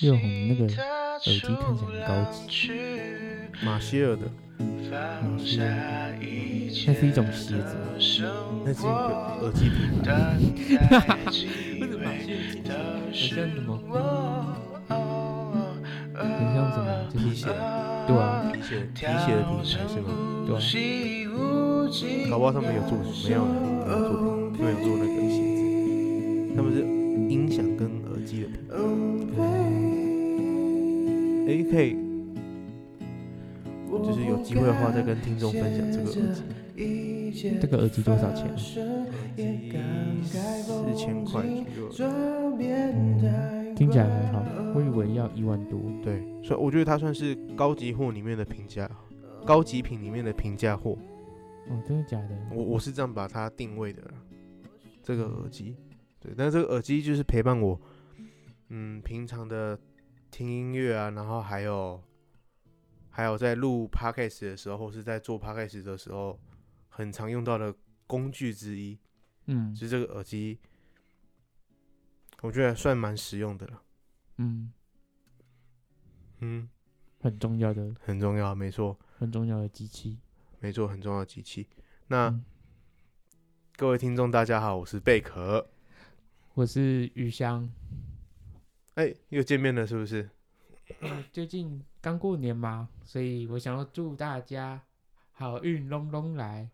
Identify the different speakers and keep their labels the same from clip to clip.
Speaker 1: 热红的那个耳机看起来很高级，
Speaker 2: 马歇尔的，
Speaker 1: 那是那是一种鞋子，
Speaker 2: 那是一个耳机品牌。
Speaker 1: 为什么把鞋子很像什么？很像什么？就是
Speaker 2: 皮鞋，
Speaker 1: 对啊，
Speaker 2: 皮鞋，皮鞋的品牌是吗？
Speaker 1: 对啊，
Speaker 2: 搞不好他们有做，没有呢，没有做，没有做那个鞋子，他们是音响跟耳机的品牌。哎，可以，就是有机会的话再跟听众分享这个耳机，
Speaker 1: 这个耳机多少钱？
Speaker 2: 四千块左右。
Speaker 1: 嗯，听起来很好，我以为要一万多。
Speaker 2: 对，所以我觉得它算是高级货里面的平价，高级品里面的平价货。
Speaker 1: 哦，真的假的？
Speaker 2: 我我是这样把它定位的啦，这个耳机，对，但是这个耳机就是陪伴我，嗯，平常的听音乐啊，然后还有还有在录 podcast 的时候，或是在做 podcast 的时候，很常用到的工具之一，
Speaker 1: 嗯
Speaker 2: 就是这个耳机，我觉得算蛮实用的了，
Speaker 1: 嗯，
Speaker 2: 嗯，
Speaker 1: 很重要的，
Speaker 2: 很重要，没错，
Speaker 1: 很重要的机器。
Speaker 2: 没错，很重要的机器。那、
Speaker 1: 嗯
Speaker 2: 各位听众，大家好，我是贝壳，
Speaker 1: 我是余香，
Speaker 2: 哎、又见面了，是不是？
Speaker 1: 最近刚过年嘛，所以我想要祝大家好运隆隆来，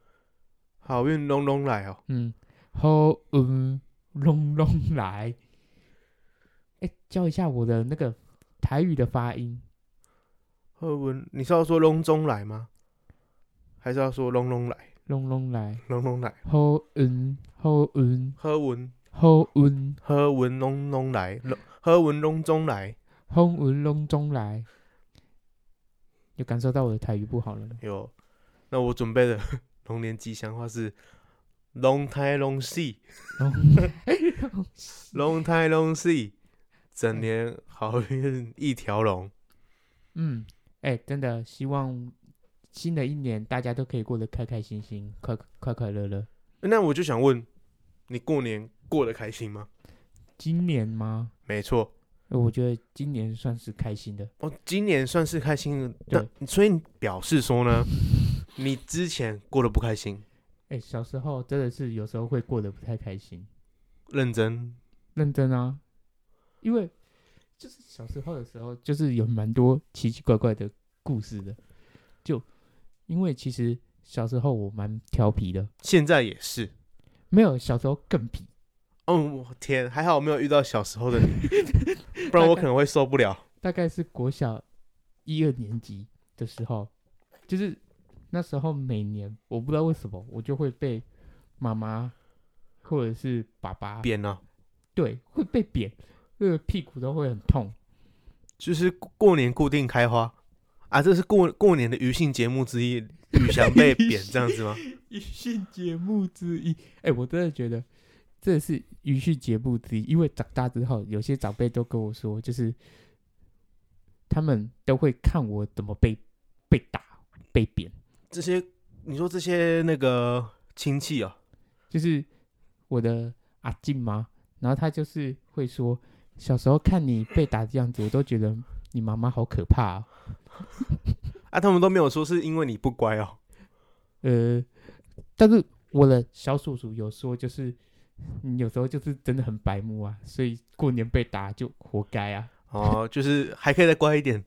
Speaker 2: 好运隆隆来哦！
Speaker 1: 嗯，好运隆隆来。哎、教一下我的那个台语的发音，
Speaker 2: 好运，你是要说隆中来吗？还是要说隆隆来？
Speaker 1: 隆隆来，
Speaker 2: 隆隆来，
Speaker 1: 好运，好运，
Speaker 2: 喝文
Speaker 1: 好运，
Speaker 2: 喝文隆隆来，隆喝文隆中来。
Speaker 1: 风运隆中来。有感受到我的台语不好了吗？
Speaker 2: 有，那我准备的 龙年吉祥话是龙胎龙戏，龙胎龙戏，整年好运一条龙。
Speaker 1: 嗯，哎、真的希望新的一年大家都可以过得开开心心、快快快乐乐。
Speaker 2: 那我就想问，你过年过得开心吗？
Speaker 1: 今年吗？
Speaker 2: 没错，
Speaker 1: 呃我觉得今年算是开心的。
Speaker 2: 哦，今年算是开心的，那所以你表示说呢，你之前过得不开心，
Speaker 1: 哎、小时候真的是有时候会过得不太开心，
Speaker 2: 认真
Speaker 1: 认真啊，因为就是小时候的时候，就是有蛮多奇奇怪怪的故事的。就因为其实小时候我蛮调皮的，
Speaker 2: 现在也是。
Speaker 1: 没有小时候更皮。
Speaker 2: 哦，我天，还好我没有遇到小时候的 你，不然我可能会受不了。
Speaker 1: 大概是国小一二年级的时候，就是那时候每年我不知道为什么我就会被妈妈或者是爸爸
Speaker 2: 扁了、
Speaker 1: 对会被扁，那个屁股都会很痛。
Speaker 2: 就是过年固定开花啊，这是过过年的余兴节目之一，雨翔被 扁这样子吗？
Speaker 1: 娱乐节目之一，哎、我真的觉得这是娱乐节目之一，因为长大之后有些长辈都跟我说，就是他们都会看我怎么被被打、被扁。
Speaker 2: 这些你说这些那个亲戚啊，
Speaker 1: 就是我的阿静嘛，然后她就是会说，小时候看你被打这样子，我都觉得你妈妈好可怕、哦。
Speaker 2: 啊，他们都没有说是因为你不乖哦，
Speaker 1: 呃，但是我的小叔叔有说，就是你有时候就是真的很白目啊，所以过年被打就活该啊。
Speaker 2: 哦，就是还可以再乖一点。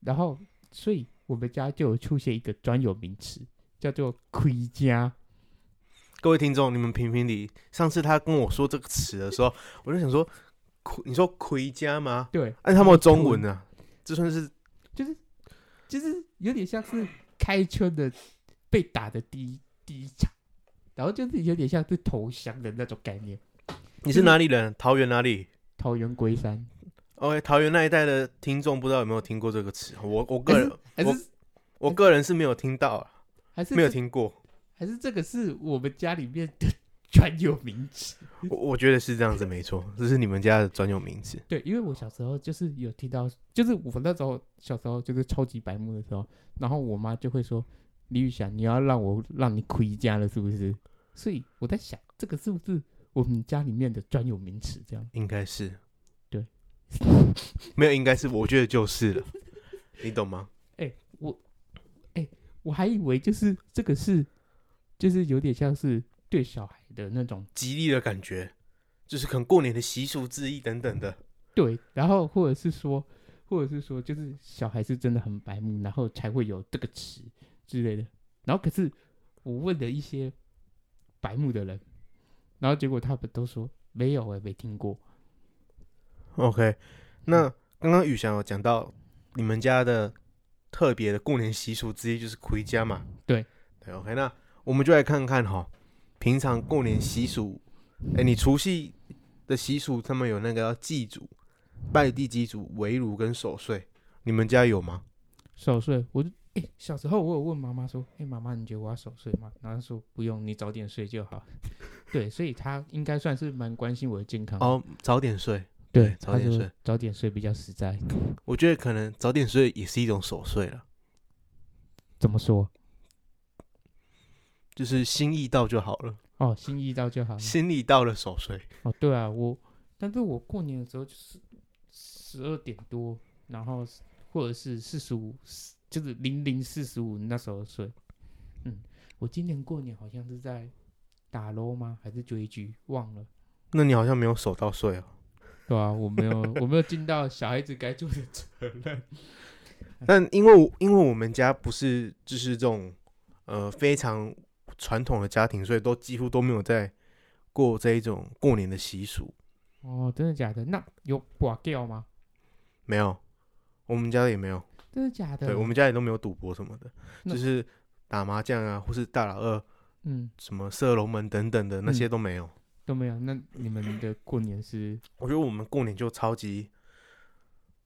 Speaker 1: 然后，所以我们家就有出现一个专有名词，叫做“亏家
Speaker 2: 各位听众，你们评评理。上次他跟我说这个词的时候，我就想说，亏你说亏家”吗？
Speaker 1: 对，
Speaker 2: 按、啊他们有中文啊，这算是
Speaker 1: 就是有点像是开春的被打的第一第一场，然后就是有点像是投降的那种概念。
Speaker 2: 你是哪里人？桃园哪里
Speaker 1: 桃园龟山，
Speaker 2: ？OK，桃园那一带的听众不知道有没有听过这个词？我我个人
Speaker 1: 还是
Speaker 2: 我个人是没有听到啊，
Speaker 1: 还是
Speaker 2: 没有
Speaker 1: 这
Speaker 2: 听过。
Speaker 1: 还是这个是我们家里面的专有名词。
Speaker 2: 我我觉得是这样子，没错，这是你们家的专有名词。
Speaker 1: 对，因为我小时候就是有听到，就是我那时候小时候就是超级白目的时候，然后我妈就会说：“李宇翔，你要让我让你回家了，是不是？”所以我在想，这个是不是我们家里面的专有名词，这样。
Speaker 2: 应该是，
Speaker 1: 对，
Speaker 2: 没有，应该是，我觉得就是了，你懂吗？
Speaker 1: 哎我还以为就是这个是，就是有点像是对小孩的那种
Speaker 2: 吉利的感觉，就是可能过年的习俗之一等等的，
Speaker 1: 对，然后或者是说，或者是说，就是小孩是真的很白目，然后才会有这个词之类的。然后可是我问了一些白目的人，然后结果他们都说没有、欸，没听过。
Speaker 2: OK，那刚刚宇翔有讲到你们家的特别的过年习俗之一就是回家嘛？
Speaker 1: 对，
Speaker 2: 对，OK，那我们就来看看哈，平常过年习俗，哎、你除夕的习俗他们有那个要祭祖、拜地祭祖、围炉跟守岁，你们家有吗？
Speaker 1: 守岁，我就哎、欸小时候我有问妈妈说，哎、妈妈，你觉得我要守岁吗？然后她说不用，你早点睡就好。对，所以她应该算是蛮关心我的健康。，
Speaker 2: 哦，早点睡，
Speaker 1: 对，
Speaker 2: 早
Speaker 1: 她
Speaker 2: 点
Speaker 1: 说
Speaker 2: 睡，
Speaker 1: 早点睡比较实在。
Speaker 2: 我觉得可能早点睡也是一种守岁了，
Speaker 1: 怎么说？
Speaker 2: 就是心意到就好了，
Speaker 1: 哦，心意到就好了。
Speaker 2: 心意到了守岁。
Speaker 1: 哦，对啊，我，但是我过年的时候就是十二点多，然后是或者是四十五，就是零零四十五那时候睡。嗯，我今年过年好像是在打 l 吗？还是追剧？忘了。
Speaker 2: 那你好像没有守到岁哦。
Speaker 1: 对啊，我没有，我没有尽到小孩子该做的责任。
Speaker 2: 但因为我因为我们家不是就是这种呃非常传统的家庭，所以都几乎都没有在过这一种过年的习俗。
Speaker 1: 哦，真的假的？那有挂掉吗？
Speaker 2: 没有，我们家也没有，
Speaker 1: 真的假的？
Speaker 2: 对我们家也都没有赌博什么的，
Speaker 1: 那
Speaker 2: 就是打麻将啊，或是大老二、
Speaker 1: 嗯
Speaker 2: 什么射龙门等等的那些都没有。
Speaker 1: 都没有。那你们的过年是
Speaker 2: 我觉得我们过年就超级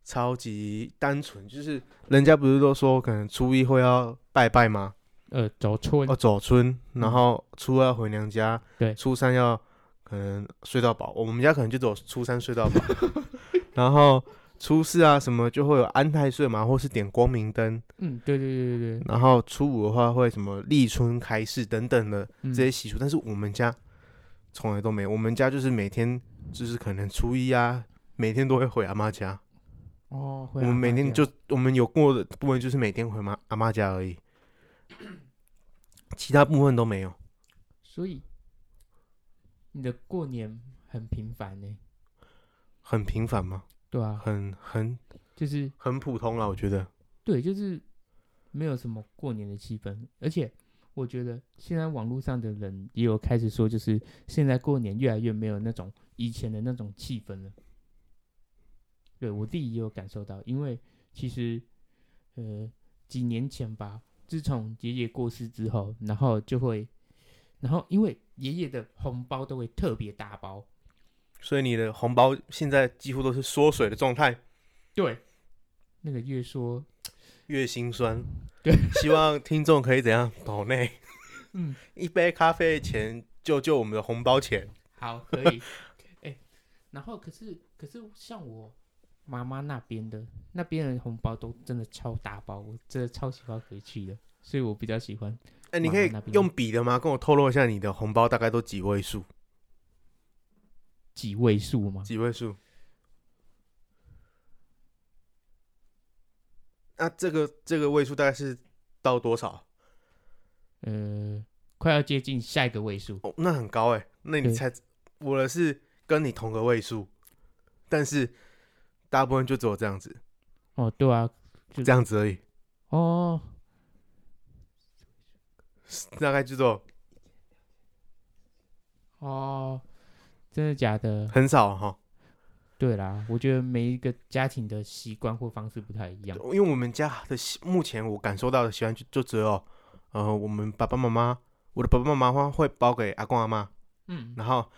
Speaker 2: 超级单纯，就是人家不是都说可能初一会要拜拜吗？
Speaker 1: 呃走村
Speaker 2: 哦，走村，
Speaker 1: 嗯
Speaker 2: 然后初二回娘家，
Speaker 1: 对
Speaker 2: 初三要可能睡到饱，我们家可能就走初三睡到饱， 然后初四啊什么就会有安太岁嘛，或是点光明灯，
Speaker 1: 嗯，对对对对对，
Speaker 2: 然后初五的话会什么立春开市等等的
Speaker 1: 嗯
Speaker 2: 这些习俗，但是我们家从来都没有，我们家就是每天就是可能初一啊，每天都会回阿妈家，
Speaker 1: 哦，
Speaker 2: 我
Speaker 1: 会
Speaker 2: 们
Speaker 1: 阿
Speaker 2: 每
Speaker 1: 妈
Speaker 2: 天
Speaker 1: 家
Speaker 2: 就我们有过的部分就是每天回妈阿妈家而已，其他部分都没有。
Speaker 1: 所以你的过年很频繁呢、
Speaker 2: 很平凡吗？
Speaker 1: 对啊，
Speaker 2: 很很
Speaker 1: 就是
Speaker 2: 很普通啊啦，我觉得。
Speaker 1: 对，就是没有什么过年的气氛，而且我觉得现在网络上的人也有开始说，就是现在过年越来越没有那种以前的那种气氛了。对我自己也有感受到，因为其实呃几年前吧，自从爷爷过世之后，然后就会，然后因为爷爷的红包都会特别大包，
Speaker 2: 所以你的红包现在几乎都是缩水的状态，
Speaker 1: 对，那个月说，
Speaker 2: 越心酸。
Speaker 1: 对，
Speaker 2: 希望听众可以怎样岛内
Speaker 1: 嗯，
Speaker 2: 一杯咖啡的钱救救我们的红包钱。
Speaker 1: 好，可以。 哎、然后可是可是像我妈妈那边的那边的红包都真的超大包，我真的超喜欢回去的，所以我比较喜欢
Speaker 2: 哎、你
Speaker 1: 妈
Speaker 2: 可以
Speaker 1: 妈那边
Speaker 2: 用笔的吗？跟我透露一下你的红包大概都几位数？
Speaker 1: 几位数嘛。
Speaker 2: 几位数？那、啊这个这个位数大概是到多少？
Speaker 1: 呃，快要接近下一个位数，
Speaker 2: 哦，那很高哎、那你
Speaker 1: 对
Speaker 2: 猜我的是跟你同个位数，但是大部分就只有这样子，
Speaker 1: 哦，对啊，就
Speaker 2: 这样子而已，
Speaker 1: 哦，
Speaker 2: 大概就只有
Speaker 1: 哦，真的假的？
Speaker 2: 很少哈。
Speaker 1: 对啦，我觉得每一个家庭的习惯或方式不太一样。
Speaker 2: 因为我们家的习目前我感受到的喜欢就就只有，呃，我们爸爸妈妈，我的爸爸妈妈会包给阿公阿妈，
Speaker 1: 嗯，
Speaker 2: 然后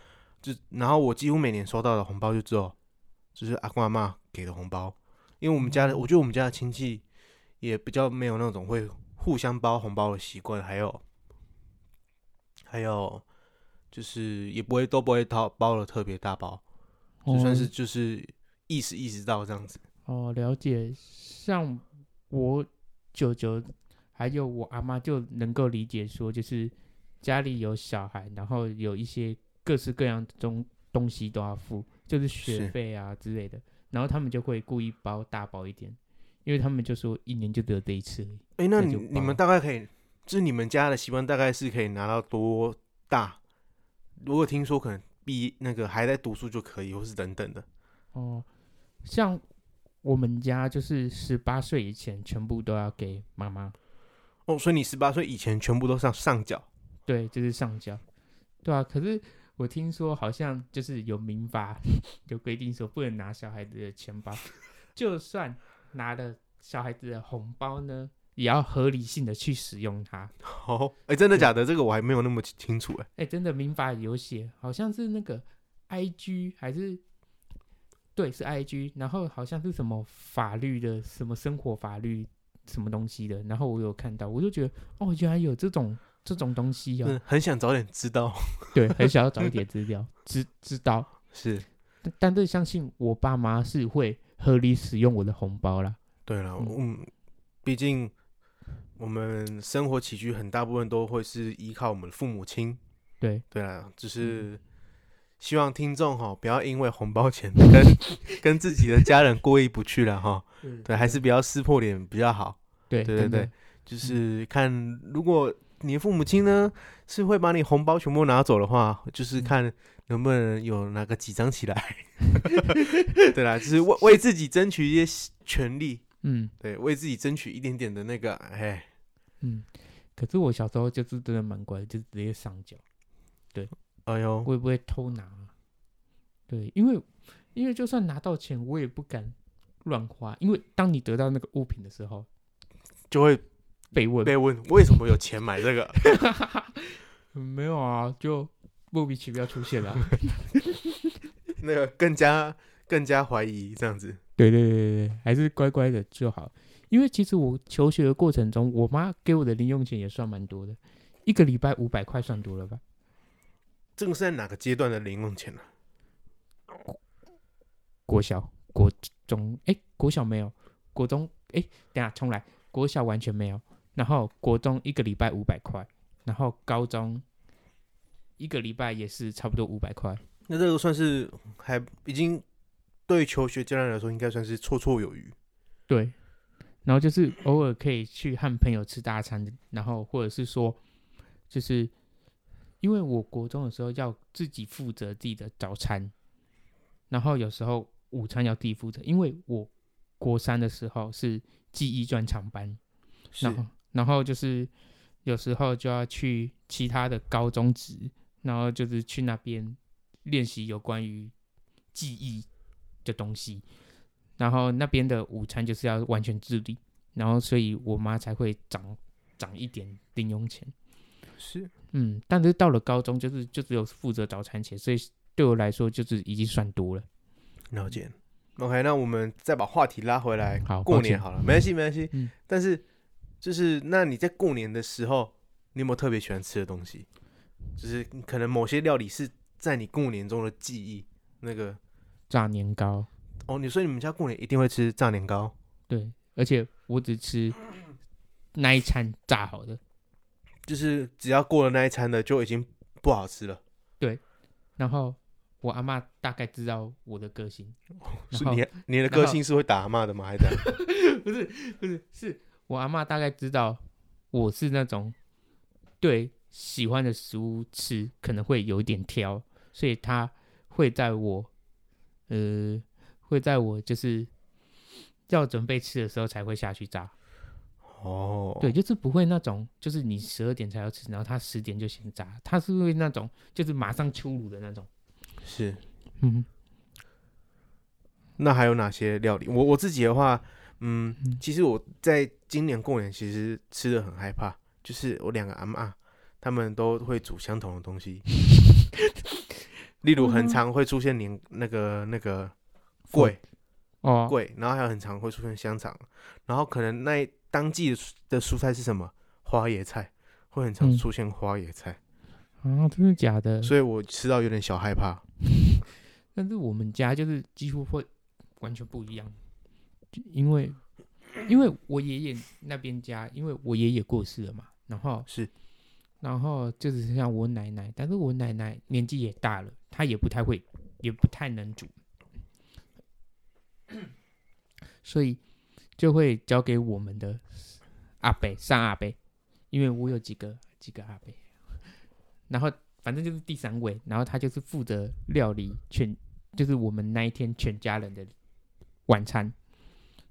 Speaker 2: 就然后我几乎每年收到的红包就只有，就是阿公阿妈给的红包，因为我们家
Speaker 1: 嗯
Speaker 2: 的，我觉得我们家的亲戚也比较没有那种会互相包红包的习惯，还有还有就是也不会都不会包包的特别大包，就算是就是意识意识到这样子，
Speaker 1: 哦，了解。像我舅舅还有我阿妈就能够理解说，就是家里有小孩，然后有一些各式各样的东东西都要付，就是
Speaker 2: 是
Speaker 1: 学费啊之类的。然后他们就会故意包大包一点，因为他们就说一年就只有这一次而已。
Speaker 2: 哎、
Speaker 1: 那
Speaker 2: 那你
Speaker 1: 就
Speaker 2: 你们
Speaker 1: 包
Speaker 2: 大概可以，就是你们家的习惯大概是可以拿到多大？如果听说可能毕那个还在读书就可以，或是等等的，
Speaker 1: 哦，像我们家就是十八岁以前全部都要给妈妈，
Speaker 2: 哦，所以你十八岁以前全部都上上缴，
Speaker 1: 对，就是上交，对啊。可是我听说好像就是有民法有规定说不能拿小孩子的钱包，就算拿了小孩子的红包呢，也要合理性的去使用它。
Speaker 2: 哦，哎、真的假的？这个我还没有那么清清楚哎、
Speaker 1: 哎，真的民法有写，好像是那个 I G 还是对是 I G，然后好像是什么法律的什么生活法律什么东西的，然后我有看到，我就觉得哦，原来有这种这种东西哦，
Speaker 2: 嗯，很想早点知道，
Speaker 1: 对，很想要找一点资料知知道，
Speaker 2: 是
Speaker 1: 但但是相信我爸妈是会合理使用我的红包啦，
Speaker 2: 对了，
Speaker 1: 嗯
Speaker 2: 嗯，毕竟我们生活起居很大部分都会是依靠我们的父母亲。
Speaker 1: 对，
Speaker 2: 对啦，只是希望听众哈不要因为红包钱跟 跟自己的家人过意不去了哈。对，还是不要撕破脸比较好。
Speaker 1: 对
Speaker 2: 对
Speaker 1: 真
Speaker 2: 对
Speaker 1: 的
Speaker 2: 对，就是看如果你的父母亲呢是会把你红包全部拿走的话，就是看能不能有哪个几张起来。 对啦，就是为为自己争取一些权利。
Speaker 1: 嗯
Speaker 2: 对，为自己争取一点点的那个，哎，
Speaker 1: 嗯，可是我小时候就是真的蛮乖的，就直接上缴。
Speaker 2: 哎呦，
Speaker 1: 会不会偷拿啊？对，因为因为就算拿到钱，我也不敢乱花，因为当你得到那个物品的时候，
Speaker 2: 就会
Speaker 1: 被问
Speaker 2: 被问为什么有钱买这个？
Speaker 1: 嗯 没有啊，就莫名其妙出现了啊、
Speaker 2: 那个更加更加怀疑这样子。
Speaker 1: 对对对对，对还是乖乖的就好。因为其实我求学的过程中，我妈给我的零用钱也算蛮多的，一个礼拜五百块算多了吧？
Speaker 2: 这个是在哪个阶段的零用钱啊呢、
Speaker 1: 国小、国中，哎，国小没有，国中，哎，等一下重来，国小完全没有，然后国中一个礼拜五百块，然后高中一个礼拜也是差不多五百块，
Speaker 2: 那这个算是还已经对求学阶段来说，应该算是绰绰有余。
Speaker 1: 对，然后就是偶尔可以去和朋友吃大餐，然后或者是说，就是因为我国中的时候要自己负责自己的早餐，然后有时候午餐要自己负责，因为我国三的时候是记忆专场班。然后然后就是有时候就要去其他的高中职，然后就是去那边练习有关于记忆的东西，然后那边的午餐就是要完全自理，然后所以我妈才会涨涨一点零用钱。
Speaker 2: 是，
Speaker 1: 嗯，但是到了高中就是就只有负责早餐钱，所以对我来说就是已经算多了。嗯
Speaker 2: 了解。OK，那嗯我们再把话题拉回来，
Speaker 1: 好
Speaker 2: 过
Speaker 1: 抱
Speaker 2: 年
Speaker 1: 歉
Speaker 2: 好了，没关系，没关系。
Speaker 1: 嗯
Speaker 2: 但是就是，那你在过年的时候，你有没有特别喜欢吃的东西？就是可能某些料理是在你过年中的记忆。那个
Speaker 1: 炸年糕，
Speaker 2: 哦，你说你们家过年一定会吃炸年糕，
Speaker 1: 对，而且我只吃那一餐炸好的。
Speaker 2: 就是只要过了那一餐的就已经不好吃了。
Speaker 1: 然后我阿嬷大概知道我的个性，然
Speaker 2: 哦是
Speaker 1: 后
Speaker 2: 你你的
Speaker 1: 然
Speaker 2: 个
Speaker 1: 后
Speaker 2: 性是会打骂的吗？还是怎 样
Speaker 1: 不是不是是我阿嬷大概知道我是那种对喜欢的食物吃可能会有一点挑，所以她会在我呃会在我就是要准备吃的时候才会下去炸，
Speaker 2: 哦，
Speaker 1: 对，就是不会那种就是你十二点才要吃，然后她十点就先炸，她是会那种就是马上出炉的那种，
Speaker 2: 是。
Speaker 1: 嗯。
Speaker 2: 那还有哪些料理？我我自己的话，嗯，
Speaker 1: 嗯
Speaker 2: 其实我在今年过年其实吃的很害怕，就是我两个阿嬷他们都会煮相同的 东西，例如很常会出现年那个那个桂
Speaker 1: 哦，
Speaker 2: 桂，然后还有很常会出现香肠，然后可能那一当季的蔬的蔬菜是什么花椰菜，会很常
Speaker 1: 嗯
Speaker 2: 出现花椰菜，
Speaker 1: 啊，真的假的？
Speaker 2: 所以我吃到有点小害怕。
Speaker 1: 但是我们家就是几乎会完全不一样，就因为因为我爷爷那边家，因为我爷爷过世了嘛，然后
Speaker 2: 是
Speaker 1: 然后就只剩下我奶奶，但是我奶奶年纪也大了，她也不太会，也不太能煮，所以就会交给我们的阿伯上阿伯，因为我有几个几个阿伯， 然后反正就是第三位，然后他就是负责料理全，就是我们那一天全家人的晚餐，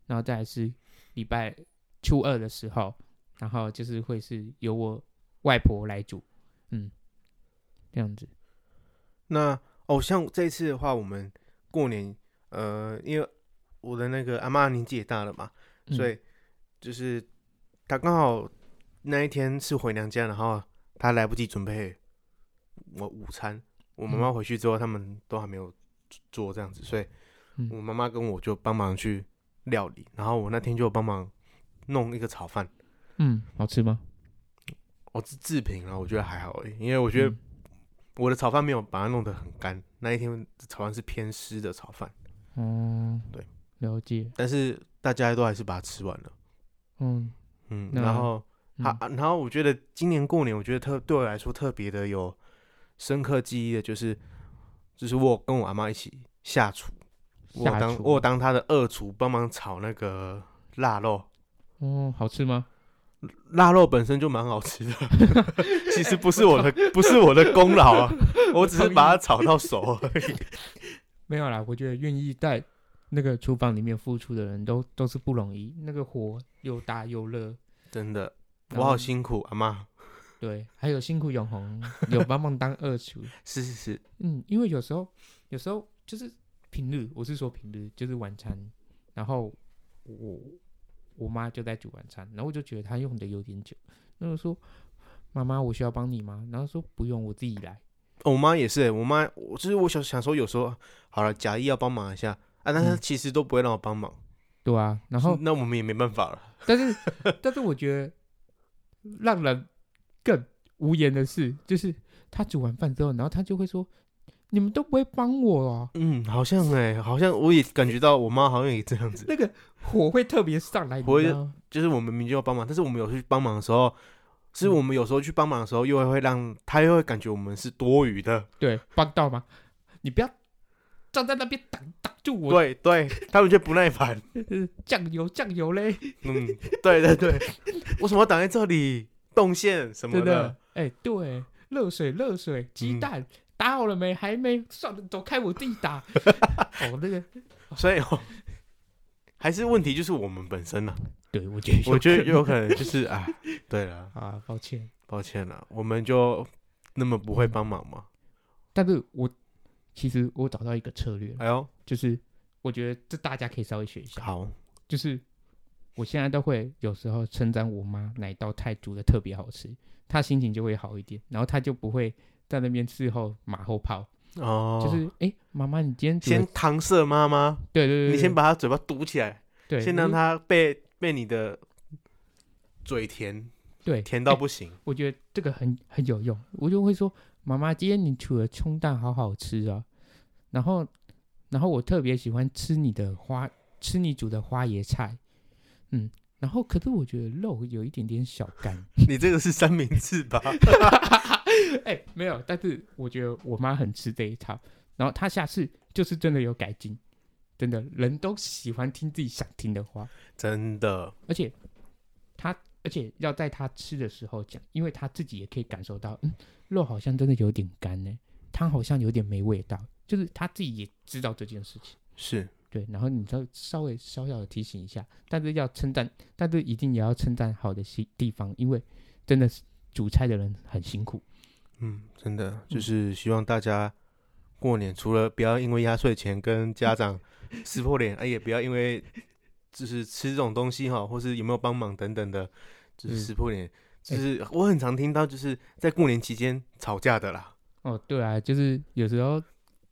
Speaker 1: 然后再来是礼拜初二的时候，然后就是会是由我外婆来煮，嗯，这样子，
Speaker 2: 那哦，像这次的话，我们过年，呃，因为我的那个阿妈年纪也大了嘛，
Speaker 1: 嗯
Speaker 2: 所以就是她刚好那一天是回娘家，然后她来不及准备我午餐，我妈妈
Speaker 1: 嗯
Speaker 2: 回去之后，他们都还没有做这样子，所以
Speaker 1: 嗯
Speaker 2: 我妈妈跟我就帮忙去料理，然后我那天就帮忙弄一个炒饭，
Speaker 1: 嗯，好吃吗？
Speaker 2: 我、自自评啊，我觉得还好而已，因为我觉得
Speaker 1: 嗯
Speaker 2: 我的炒饭没有把它弄得很干，那一天炒饭是偏湿的炒饭。
Speaker 1: 哦，
Speaker 2: 对，
Speaker 1: 了解。
Speaker 2: 但是大家都还是把它吃完了。
Speaker 1: 嗯，
Speaker 2: 嗯，
Speaker 1: 那
Speaker 2: 然后
Speaker 1: 嗯
Speaker 2: 他、啊然后我觉得今年过年，我觉得特对我来说特别的有深刻记忆的，就是就是我跟我阿妈一起下厨，我
Speaker 1: 下
Speaker 2: 当
Speaker 1: 厨
Speaker 2: 我当她的二厨，帮忙炒那个腊肉。
Speaker 1: 哦，好吃吗？
Speaker 2: 腊肉本身就蛮好吃的， 其实不是我的，不是我的功劳啊，我只是把它炒到熟而已。
Speaker 1: 没有啦，我觉得愿意在那个厨房里面付出的人都都是不容易，那个火又大又热，
Speaker 2: 真的，
Speaker 1: 然
Speaker 2: 我
Speaker 1: 后
Speaker 2: 好辛苦，阿妈。
Speaker 1: 对，还有辛苦永红有帮忙当二厨，
Speaker 2: 是是是，
Speaker 1: 嗯，因为有时候有时候就是平日，我是说平日就是晚餐，然后我我妈就在煮晚餐，然后我就觉得她用的有点久，那我说妈妈，我需要帮你吗？然后说不用，我自己来。
Speaker 2: 哦我妈也是欸，我妈我就是我想想说，有时候好了，假意要帮忙一下啊，但她
Speaker 1: 嗯
Speaker 2: 其实都不会让我帮忙，
Speaker 1: 对啊，然后
Speaker 2: 那我们也没办法了。
Speaker 1: 但是，但是我觉得让人更无言的是，就是他煮完饭之后，然后他就会说：“你们都不会帮我啊
Speaker 2: 嗯，好像哎、好像我也感觉到我妈好像也这样！”子，
Speaker 1: 那个火会特别上来，你
Speaker 2: 火会
Speaker 1: 知道吗
Speaker 2: 就是我们明明就要帮忙，但是我们有时候去帮忙的时候，是
Speaker 1: 嗯
Speaker 2: 我们有时候去帮忙的时候，又会让她又会感觉我们是多余的。
Speaker 1: 对帮到吗？你不要站在那边挡挡住我，
Speaker 2: 对对，他们就不耐烦。
Speaker 1: 呃酱油酱油嘞，
Speaker 2: 嗯，对对对， 为什么要挡在这里？动线什么
Speaker 1: 真
Speaker 2: 的
Speaker 1: 的，，哎、对，热水热水，鸡
Speaker 2: 嗯
Speaker 1: 蛋、打好了没？还没，算了，走开，我自己 打。哦，那个，
Speaker 2: 所以、 哦、还是问题就是我们本身啊呢、
Speaker 1: 对我觉得有可能，
Speaker 2: 我觉得有可能就是啊，对了。
Speaker 1: 啊，抱歉。
Speaker 2: 抱歉了，我们就那么不会帮忙吗？
Speaker 1: 但是我其实我找到一个策略了，
Speaker 2: 哎呦，
Speaker 1: 就是我觉得这大家可以稍微学一下，
Speaker 2: 好，
Speaker 1: 就是我现在都会有时候称赞我妈哪一道菜煮的特别好吃，她心情就会好一点，然后她就不会在那边事后马后炮，
Speaker 2: 哦，
Speaker 1: 就是哎，诶妈妈你今天煮的
Speaker 2: 先搪塞妈妈，
Speaker 1: 对对对，
Speaker 2: 你
Speaker 1: 对
Speaker 2: 先把她嘴巴堵起来，
Speaker 1: 对，嗯
Speaker 2: 先让
Speaker 1: 就是
Speaker 2: 她被被你的嘴甜
Speaker 1: 对
Speaker 2: 甜到
Speaker 1: 诶
Speaker 2: 不行。
Speaker 1: 我觉得这个很很有用，我就会说妈妈今天你煮的葱蛋好好吃啊，然后然后我特别喜欢吃你的花吃你煮的花椰菜，嗯，然后可是我觉得肉有一点点小干。
Speaker 2: 你这个是三明治吧？
Speaker 1: 哎、没有，但是我觉得我妈很吃这一套，然后她下次就是真的有改进，真的人都喜欢听自己想听的话，
Speaker 2: 真的，
Speaker 1: 而且她而且要在她吃的时候讲，因为她自己也可以感受到，嗯，肉好像真的有点干呢、汤好像有点没味道，就是她自己也知道这件事情，
Speaker 2: 是
Speaker 1: 对，然后你知道稍微小小的提醒一下，但是要称赞，但是一定也要称赞好的地地方，因为真的是煮菜的人很辛苦，
Speaker 2: 嗯，真的，就是希望大家过年除了不要因为压岁钱跟家长撕破脸，哎，也不要因为就是吃这种东西哈，或是有没有帮忙等等的，就是
Speaker 1: 嗯
Speaker 2: 撕破脸。就是我很常听到，就是在过年期间吵架的啦。
Speaker 1: 哦，对啊，就是有时候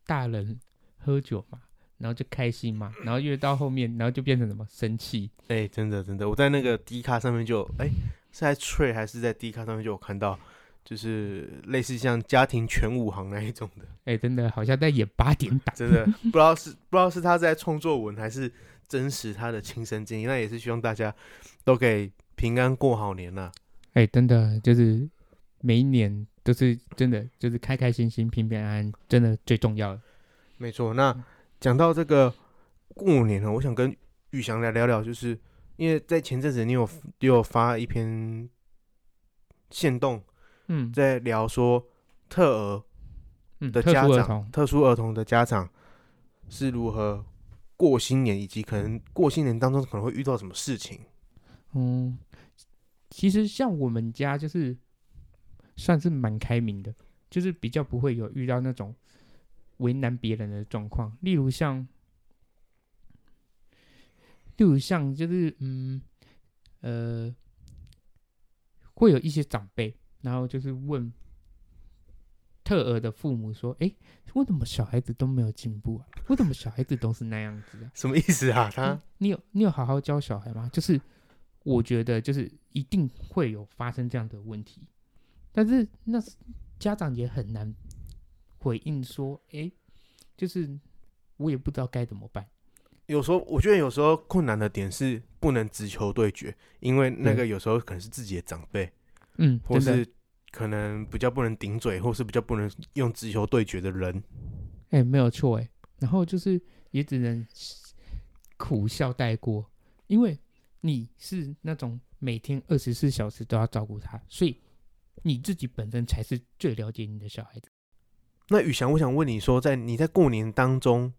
Speaker 1: 大人喝酒嘛，然后就开心嘛，然后越到后面，然后就变成什么生气，
Speaker 2: 哎，真的真的，我在那个 D 卡上面就哎是在 Tree 还是在 D 卡上面就有看到，就是类似像家庭全武行那一种的，
Speaker 1: 哎，真的好像在演八点档。
Speaker 2: 真的不知道是不知道是他在创作文还是真实他的亲身经历，那也是希望大家都可以平安过好年呐、
Speaker 1: 哎，真的就是每一年都是真的就是开开心心、平平安安，真的最重要了。
Speaker 2: 没错。那
Speaker 1: 嗯
Speaker 2: 讲到这个过年哦呢，我想跟玉祥来聊聊，就是因为在前阵子你有你有发一篇线动，
Speaker 1: 嗯，
Speaker 2: 在聊说特儿
Speaker 1: 嗯
Speaker 2: 的
Speaker 1: 特
Speaker 2: 家
Speaker 1: 殊儿
Speaker 2: 长
Speaker 1: 童，，
Speaker 2: 特殊儿童的家长是如何过新年，以及可能过新年当中可能会遇到什么事情。
Speaker 1: 嗯，其实像我们家就是算是蛮开明的，就是比较不会有遇到那种为难别人的状况。例如像，例如像就是嗯呃，会有一些长辈，然后就是问特儿的父母说：“诶，为什么小孩子都没有进步啊？为什么小孩子都是那样子啊？”
Speaker 2: 什么意思啊？嗯他
Speaker 1: 嗯你有你有好好教小孩吗？就是我觉得就是一定会有发生这样的问题，但是那是家长也很难回应说，诶，就是我也不知道该怎么办。
Speaker 2: 有时候我觉得有时候困难的点是不能直球对决，因为那个有时候可能是自己的长辈，
Speaker 1: 嗯，
Speaker 2: 或
Speaker 1: 真的，
Speaker 2: 是可能比较不能顶嘴，或是比较不能用直球对决的人。
Speaker 1: 哎、没有错，哎，然后就是也只能苦笑带过，因为你是那种每天二十四小时都要照顾他，所以你自己本身才是最了解你的小孩子。
Speaker 2: 那宇翔，我想问你说，在你在过年当中，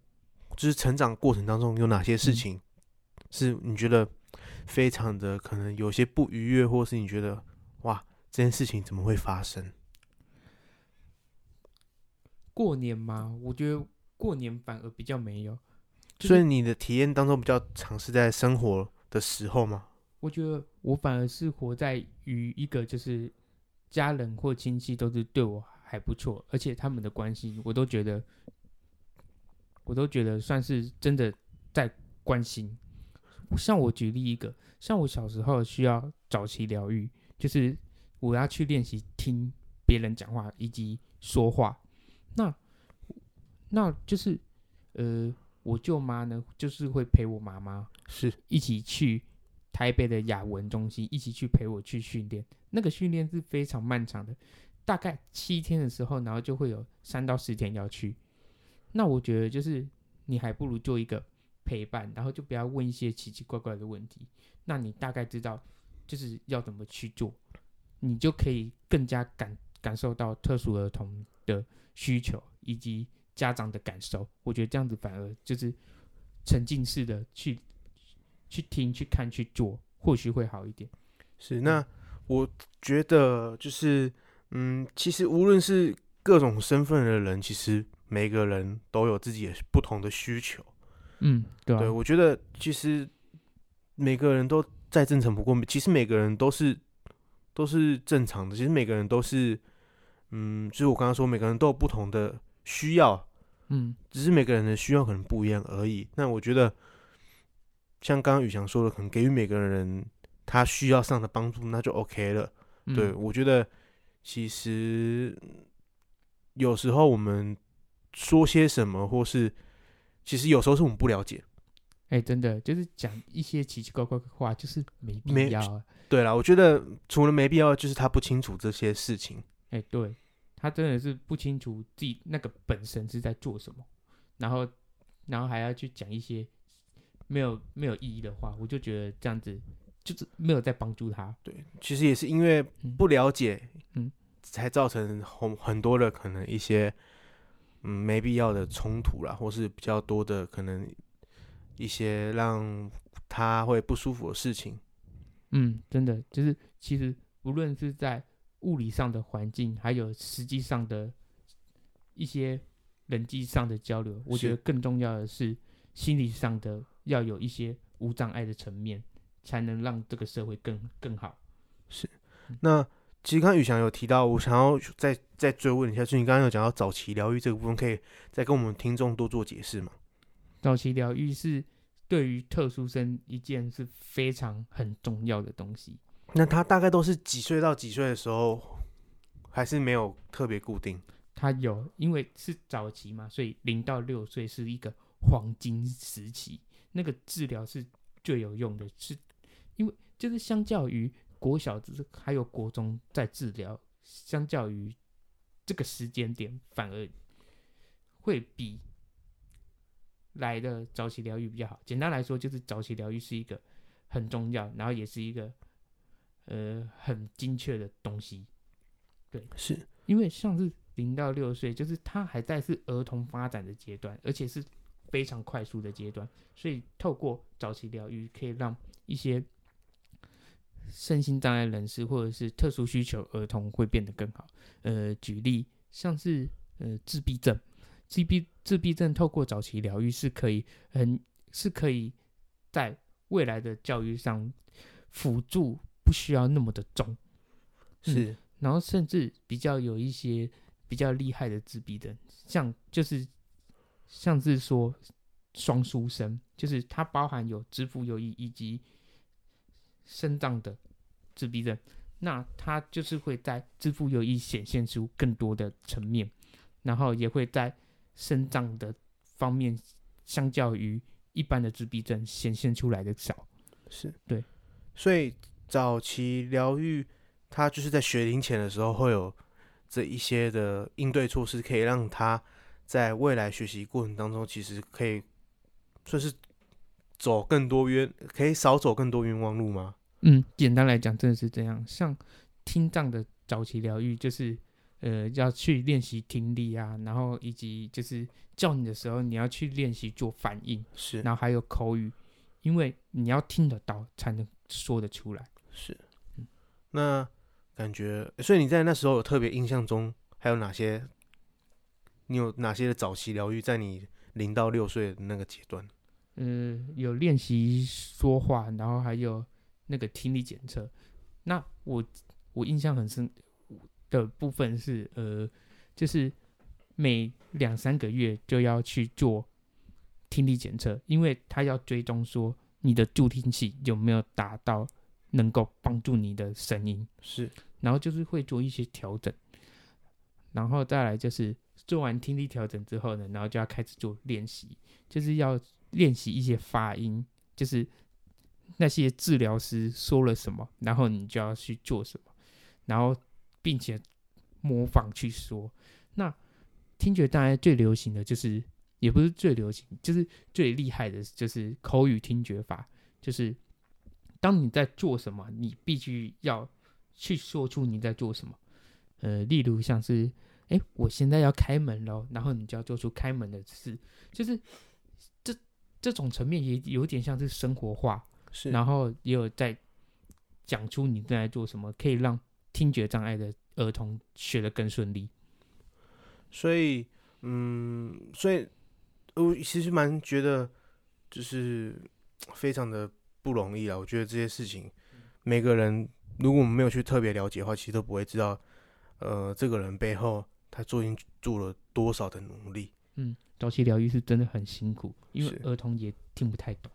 Speaker 2: 就是成长过程当中，有哪些
Speaker 1: 嗯
Speaker 2: 事情是你觉得非常的可能有些不愉悦，或是你觉得哇这件事情怎么会发生？
Speaker 1: 过年嘛，我觉得过年反而比较没有。就是
Speaker 2: 所以你的体验当中比较尝试在生活的时候吗？
Speaker 1: 我觉得我反而是活在于一个就是家人或亲戚都是对我还不错，而且他们的关系我都觉得，我都觉得算是真的在关心。像我举例一个，像我小时候需要早期疗愈，就是我要去练习听别人讲话以及说话。那那就是呃，我舅妈呢，就是会陪我妈妈
Speaker 2: 是
Speaker 1: 一起去台北的雅文中心，一起去陪我去训练。那个训练是非常漫长的，大概七天的时候，然后就会有三到四天要去。那我觉得就是你还不如做一个陪伴，然后就不要问一些奇奇怪怪的问题。那你大概知道就是要怎么去做，你就可以更加感感受到特殊儿童的需求以及家长的感受。我觉得这样子反而就是沉浸式的去去听、去看、去做，或许会好一点。
Speaker 2: 是，
Speaker 1: 嗯
Speaker 2: 那我觉得就是，嗯，其实无论是各种身份的人，其实每个人都有自己的不同的需求。
Speaker 1: 嗯，对啊，
Speaker 2: 对，我觉得其实每个人都再正常不过，其实每个人都是都是正常的，其实每个人都是，嗯，就是我刚刚说，每个人都有不同的需要，
Speaker 1: 嗯
Speaker 2: 只是每个人的需要可能不一样而已。那我觉得，像刚刚宇翔说的，可能给予每个人他需要上的帮助，那就 OK 了。
Speaker 1: 嗯
Speaker 2: 对，我觉得其实有时候我们说些什么，或是其实有时候是我们不了解。
Speaker 1: 哎、真的就是讲一些奇奇怪怪的话，就是没
Speaker 2: 没
Speaker 1: 必要、啊。
Speaker 2: 对啦，我觉得除了没必要，就是他不清楚这些事情。
Speaker 1: 哎、对他真的是不清楚自己那个本身是在做什么，然后然后还要去讲一些没有没有意义的话，我就觉得这样子就是没有在帮助他。
Speaker 2: 对，其实也是因为
Speaker 1: 嗯
Speaker 2: 不了解，
Speaker 1: 嗯，
Speaker 2: 才造成很很多的可能一些嗯没必要的冲突啦，或是比较多的可能一些让他会不舒服的事情。
Speaker 1: 嗯，真的就是其实无论是在物理上的环境，还有实际上的一些人际上的交流，我觉
Speaker 2: 是
Speaker 1: 得更重要的是心理上的要有一些无障碍的层面，才能让这个社会更更好。
Speaker 2: 那其实刚刚宇翔有提到，我想要再再追问一下，就是你刚刚有讲到早期疗愈这个部分，可以再跟我们听众多做解释吗？
Speaker 1: 早期疗愈是对于特殊生一件是非常很重要的东西。
Speaker 2: 那他大概都是几岁到几岁的时候，还是没有特别固定？
Speaker 1: 它有，因为是早期嘛，所以零到六岁是一个黄金时期，那个治疗是最有用的，是因为就是相较于国小只是还有国中在治疗相较于这个时间点，反而会比来的早期疗愈比较好。简单来说，就是早期疗愈是一个很重要，然后也是一个呃很精确的东西。
Speaker 2: 是
Speaker 1: 因为像是零到六岁，就是他还在是儿童发展的阶段，而且是非常快速的阶段，所以透过早期疗愈，可以让一些身心障碍人士或者是特殊需求儿童会变得更好。呃，举例像是呃自闭症，自闭自闭症透过早期疗愈是可以很是可以在未来的教育上辅助，不需要那么的重。嗯
Speaker 2: 是，
Speaker 1: 然后甚至比较有一些比较厉害的自闭症，像就是像是说双书生，就是它包含有支付优异以及肾脏的自闭症，那它就是会在支付优异显现出更多的层面，然后也会在肾脏的方面，相较于一般的自闭症显现出来的少。
Speaker 2: 是，
Speaker 1: 对。
Speaker 2: 所以早期疗愈，他就是在学龄前的时候会有这一些的应对措施，可以让他在未来学习过程当中，其实可以算是走更多冤，可以少走更多冤枉路吗？
Speaker 1: 嗯，简单来讲，真的是这样。像听障的早期疗愈，就是呃要去练习听力啊，然后以及就是叫你的时候，你要去练习做反应，
Speaker 2: 是
Speaker 1: 然后还有口语，因为你要听得到才能说得出来。
Speaker 2: 是
Speaker 1: 嗯。
Speaker 2: 那感觉，所以你在那时候有特别印象中还有哪些？你有哪些的早期疗愈在你零到六岁的那个阶段？
Speaker 1: 呃，有练习说话，然后还有那个听力检测。那我我印象很深的部分是，呃，就是每两三个月就要去做听力检测，因为他要追踪说你的助听器有没有达到能够帮助你的声音。
Speaker 2: 是
Speaker 1: 然后就是会做一些调整，然后再来就是做完听力调整之后呢，然后就要开始做练习，就是要练习一些发音，就是那些治疗师说了什么，然后你就要去做什么，然后并且模仿去说。那听觉障碍最流行的就是，也不是最流行，就是最厉害的就是口语听觉法，就是当你在做什么，你必须要去说出你在做什么。呃，例如像是，哎，我现在要开门喽，然后你就要做出开门的事，就是这这种层面也有点像是生活化，
Speaker 2: 是，
Speaker 1: 然后也有在讲出你正在做什么，可以让听觉障碍的儿童学得更顺利。
Speaker 2: 所以，嗯，所以我其实蛮觉得，就是非常的不容易啊。我觉得这些事情，每个人如果我们没有去特别了解的话，其实都不会知道，呃，这个人背后他究竟做了多少的努力。
Speaker 1: 嗯，早期疗愈是真的很辛苦，因为
Speaker 2: 是
Speaker 1: 儿童也听不太懂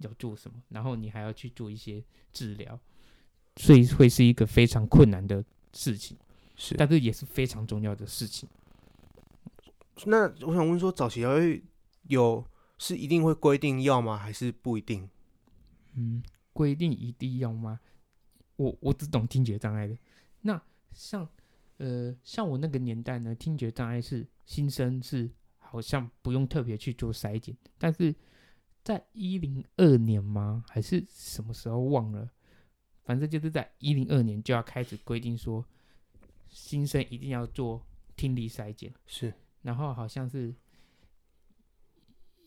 Speaker 1: 要做什么，然后你还要去做一些治疗，所以会是一个非常困难的事情，
Speaker 2: 是
Speaker 1: 但是也是非常重要的事情。
Speaker 2: 那我想问说，早期疗愈有是一定会规定要吗？还是不一定？
Speaker 1: 嗯，规定一定要吗？我我只懂听觉障碍的。那像呃像我那个年代呢，听觉障碍是新生是好像不用特别去做筛检，但是在一零二年吗？还是什么时候忘了？反正就是在一零二年就要开始规定说，新生一定要做听力筛检。
Speaker 2: 是
Speaker 1: 然后好像是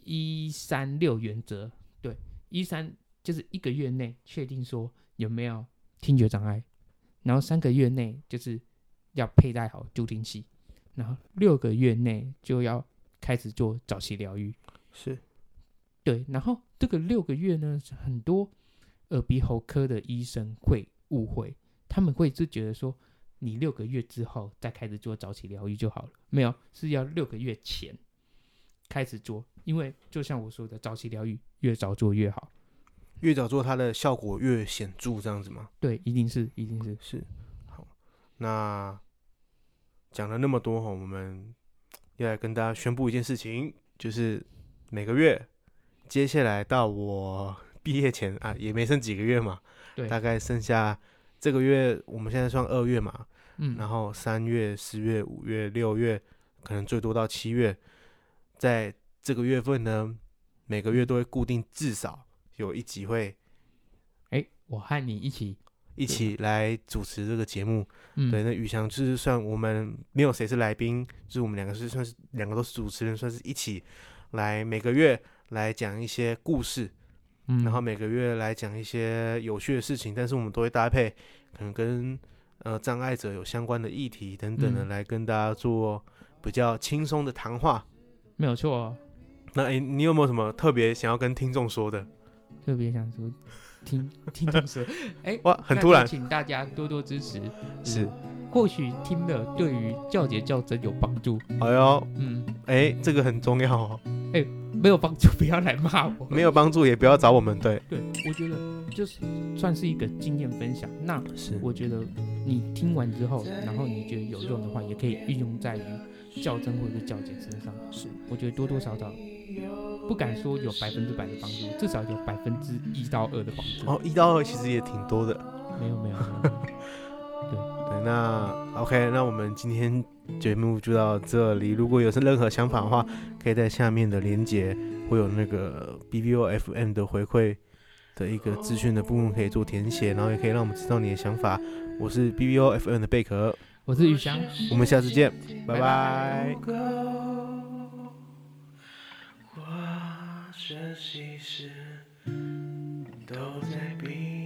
Speaker 1: 一三六原则，对，一三就是一个月内确定说有没有听觉障碍，然后三个月内就是要佩戴好助听器，然后六个月内就要开始做早期疗愈，
Speaker 2: 是
Speaker 1: 对，然后这个六个月呢，很多耳鼻喉科的医生会误会，他们会是觉得说，你六个月之后再开始做早期疗愈就好了，没有，是要六个月前开始做，因为就像我说的，早期疗愈越早做越好，
Speaker 2: 越早做，它的效果越显著，这样子吗？
Speaker 1: 对，一定是，一定是，
Speaker 2: 是，好，那讲了那么多哈，我们要来跟大家宣布一件事情，就是每个月，接下来到我 毕业前啊，也没剩几个月嘛，
Speaker 1: 对
Speaker 2: 大概剩下这个月，我们现在算二月嘛，
Speaker 1: 嗯，
Speaker 2: 然后三月、四月、五月、六月，可能最多到七月，在这个月份呢，每
Speaker 1: 嗯
Speaker 2: 个月都会固定至少有一集会
Speaker 1: 哎，我和你一起，
Speaker 2: 一起来主持这个节目。
Speaker 1: 嗯，
Speaker 2: 对，那宇翔就是算我们没有谁是来宾，就是我们两个是算是两个都是主持人，算是一起来每个月来讲一些故事，
Speaker 1: 嗯，
Speaker 2: 然后每个月来讲一些有趣的事情，但是我们都会搭配可能跟呃障碍者有相关的议题等等的、
Speaker 1: 嗯
Speaker 2: 来跟大家做比较轻松的谈话。
Speaker 1: 没有错哦，
Speaker 2: 那诶，你有没有什么特别想要跟听众说的？
Speaker 1: 特别想说，听听众说，哎，
Speaker 2: 哇，很
Speaker 1: 那
Speaker 2: 突
Speaker 1: 就
Speaker 2: 然，
Speaker 1: 请大家多多支持，
Speaker 2: 是，
Speaker 1: 或许听了对于教节教真有帮助，
Speaker 2: 哎呦，
Speaker 1: 嗯，
Speaker 2: 诶，这个很重要哦，
Speaker 1: 没有帮助不要来骂我，
Speaker 2: 没有帮助也不要找我们，对，
Speaker 1: 对，我觉得就是算是一个经验分享。那
Speaker 2: 是
Speaker 1: 我觉得你听完之后，然后你觉得有用的话，也可以运用在于校正或者是校检身上。
Speaker 2: 是，
Speaker 1: 我觉得多多少少不敢说有百分之百的帮助，至少有百分之一到二的帮助。
Speaker 2: 哦，一到二其实也挺多的。
Speaker 1: 没有没有，没有没有
Speaker 2: 对，那 OK，那我们今天节目就到这里。如果有是任何想法的话，可以在下面的连接会有那个 BBOFM 的回馈的一个资讯的部分可以做填写，然后也可以让我们知道你的想法。我是 BBOFM 的贝壳，
Speaker 1: 我是雨翔，
Speaker 2: 我们下次见，
Speaker 1: 拜
Speaker 2: 拜拜
Speaker 3: 不够，我这其实都在闭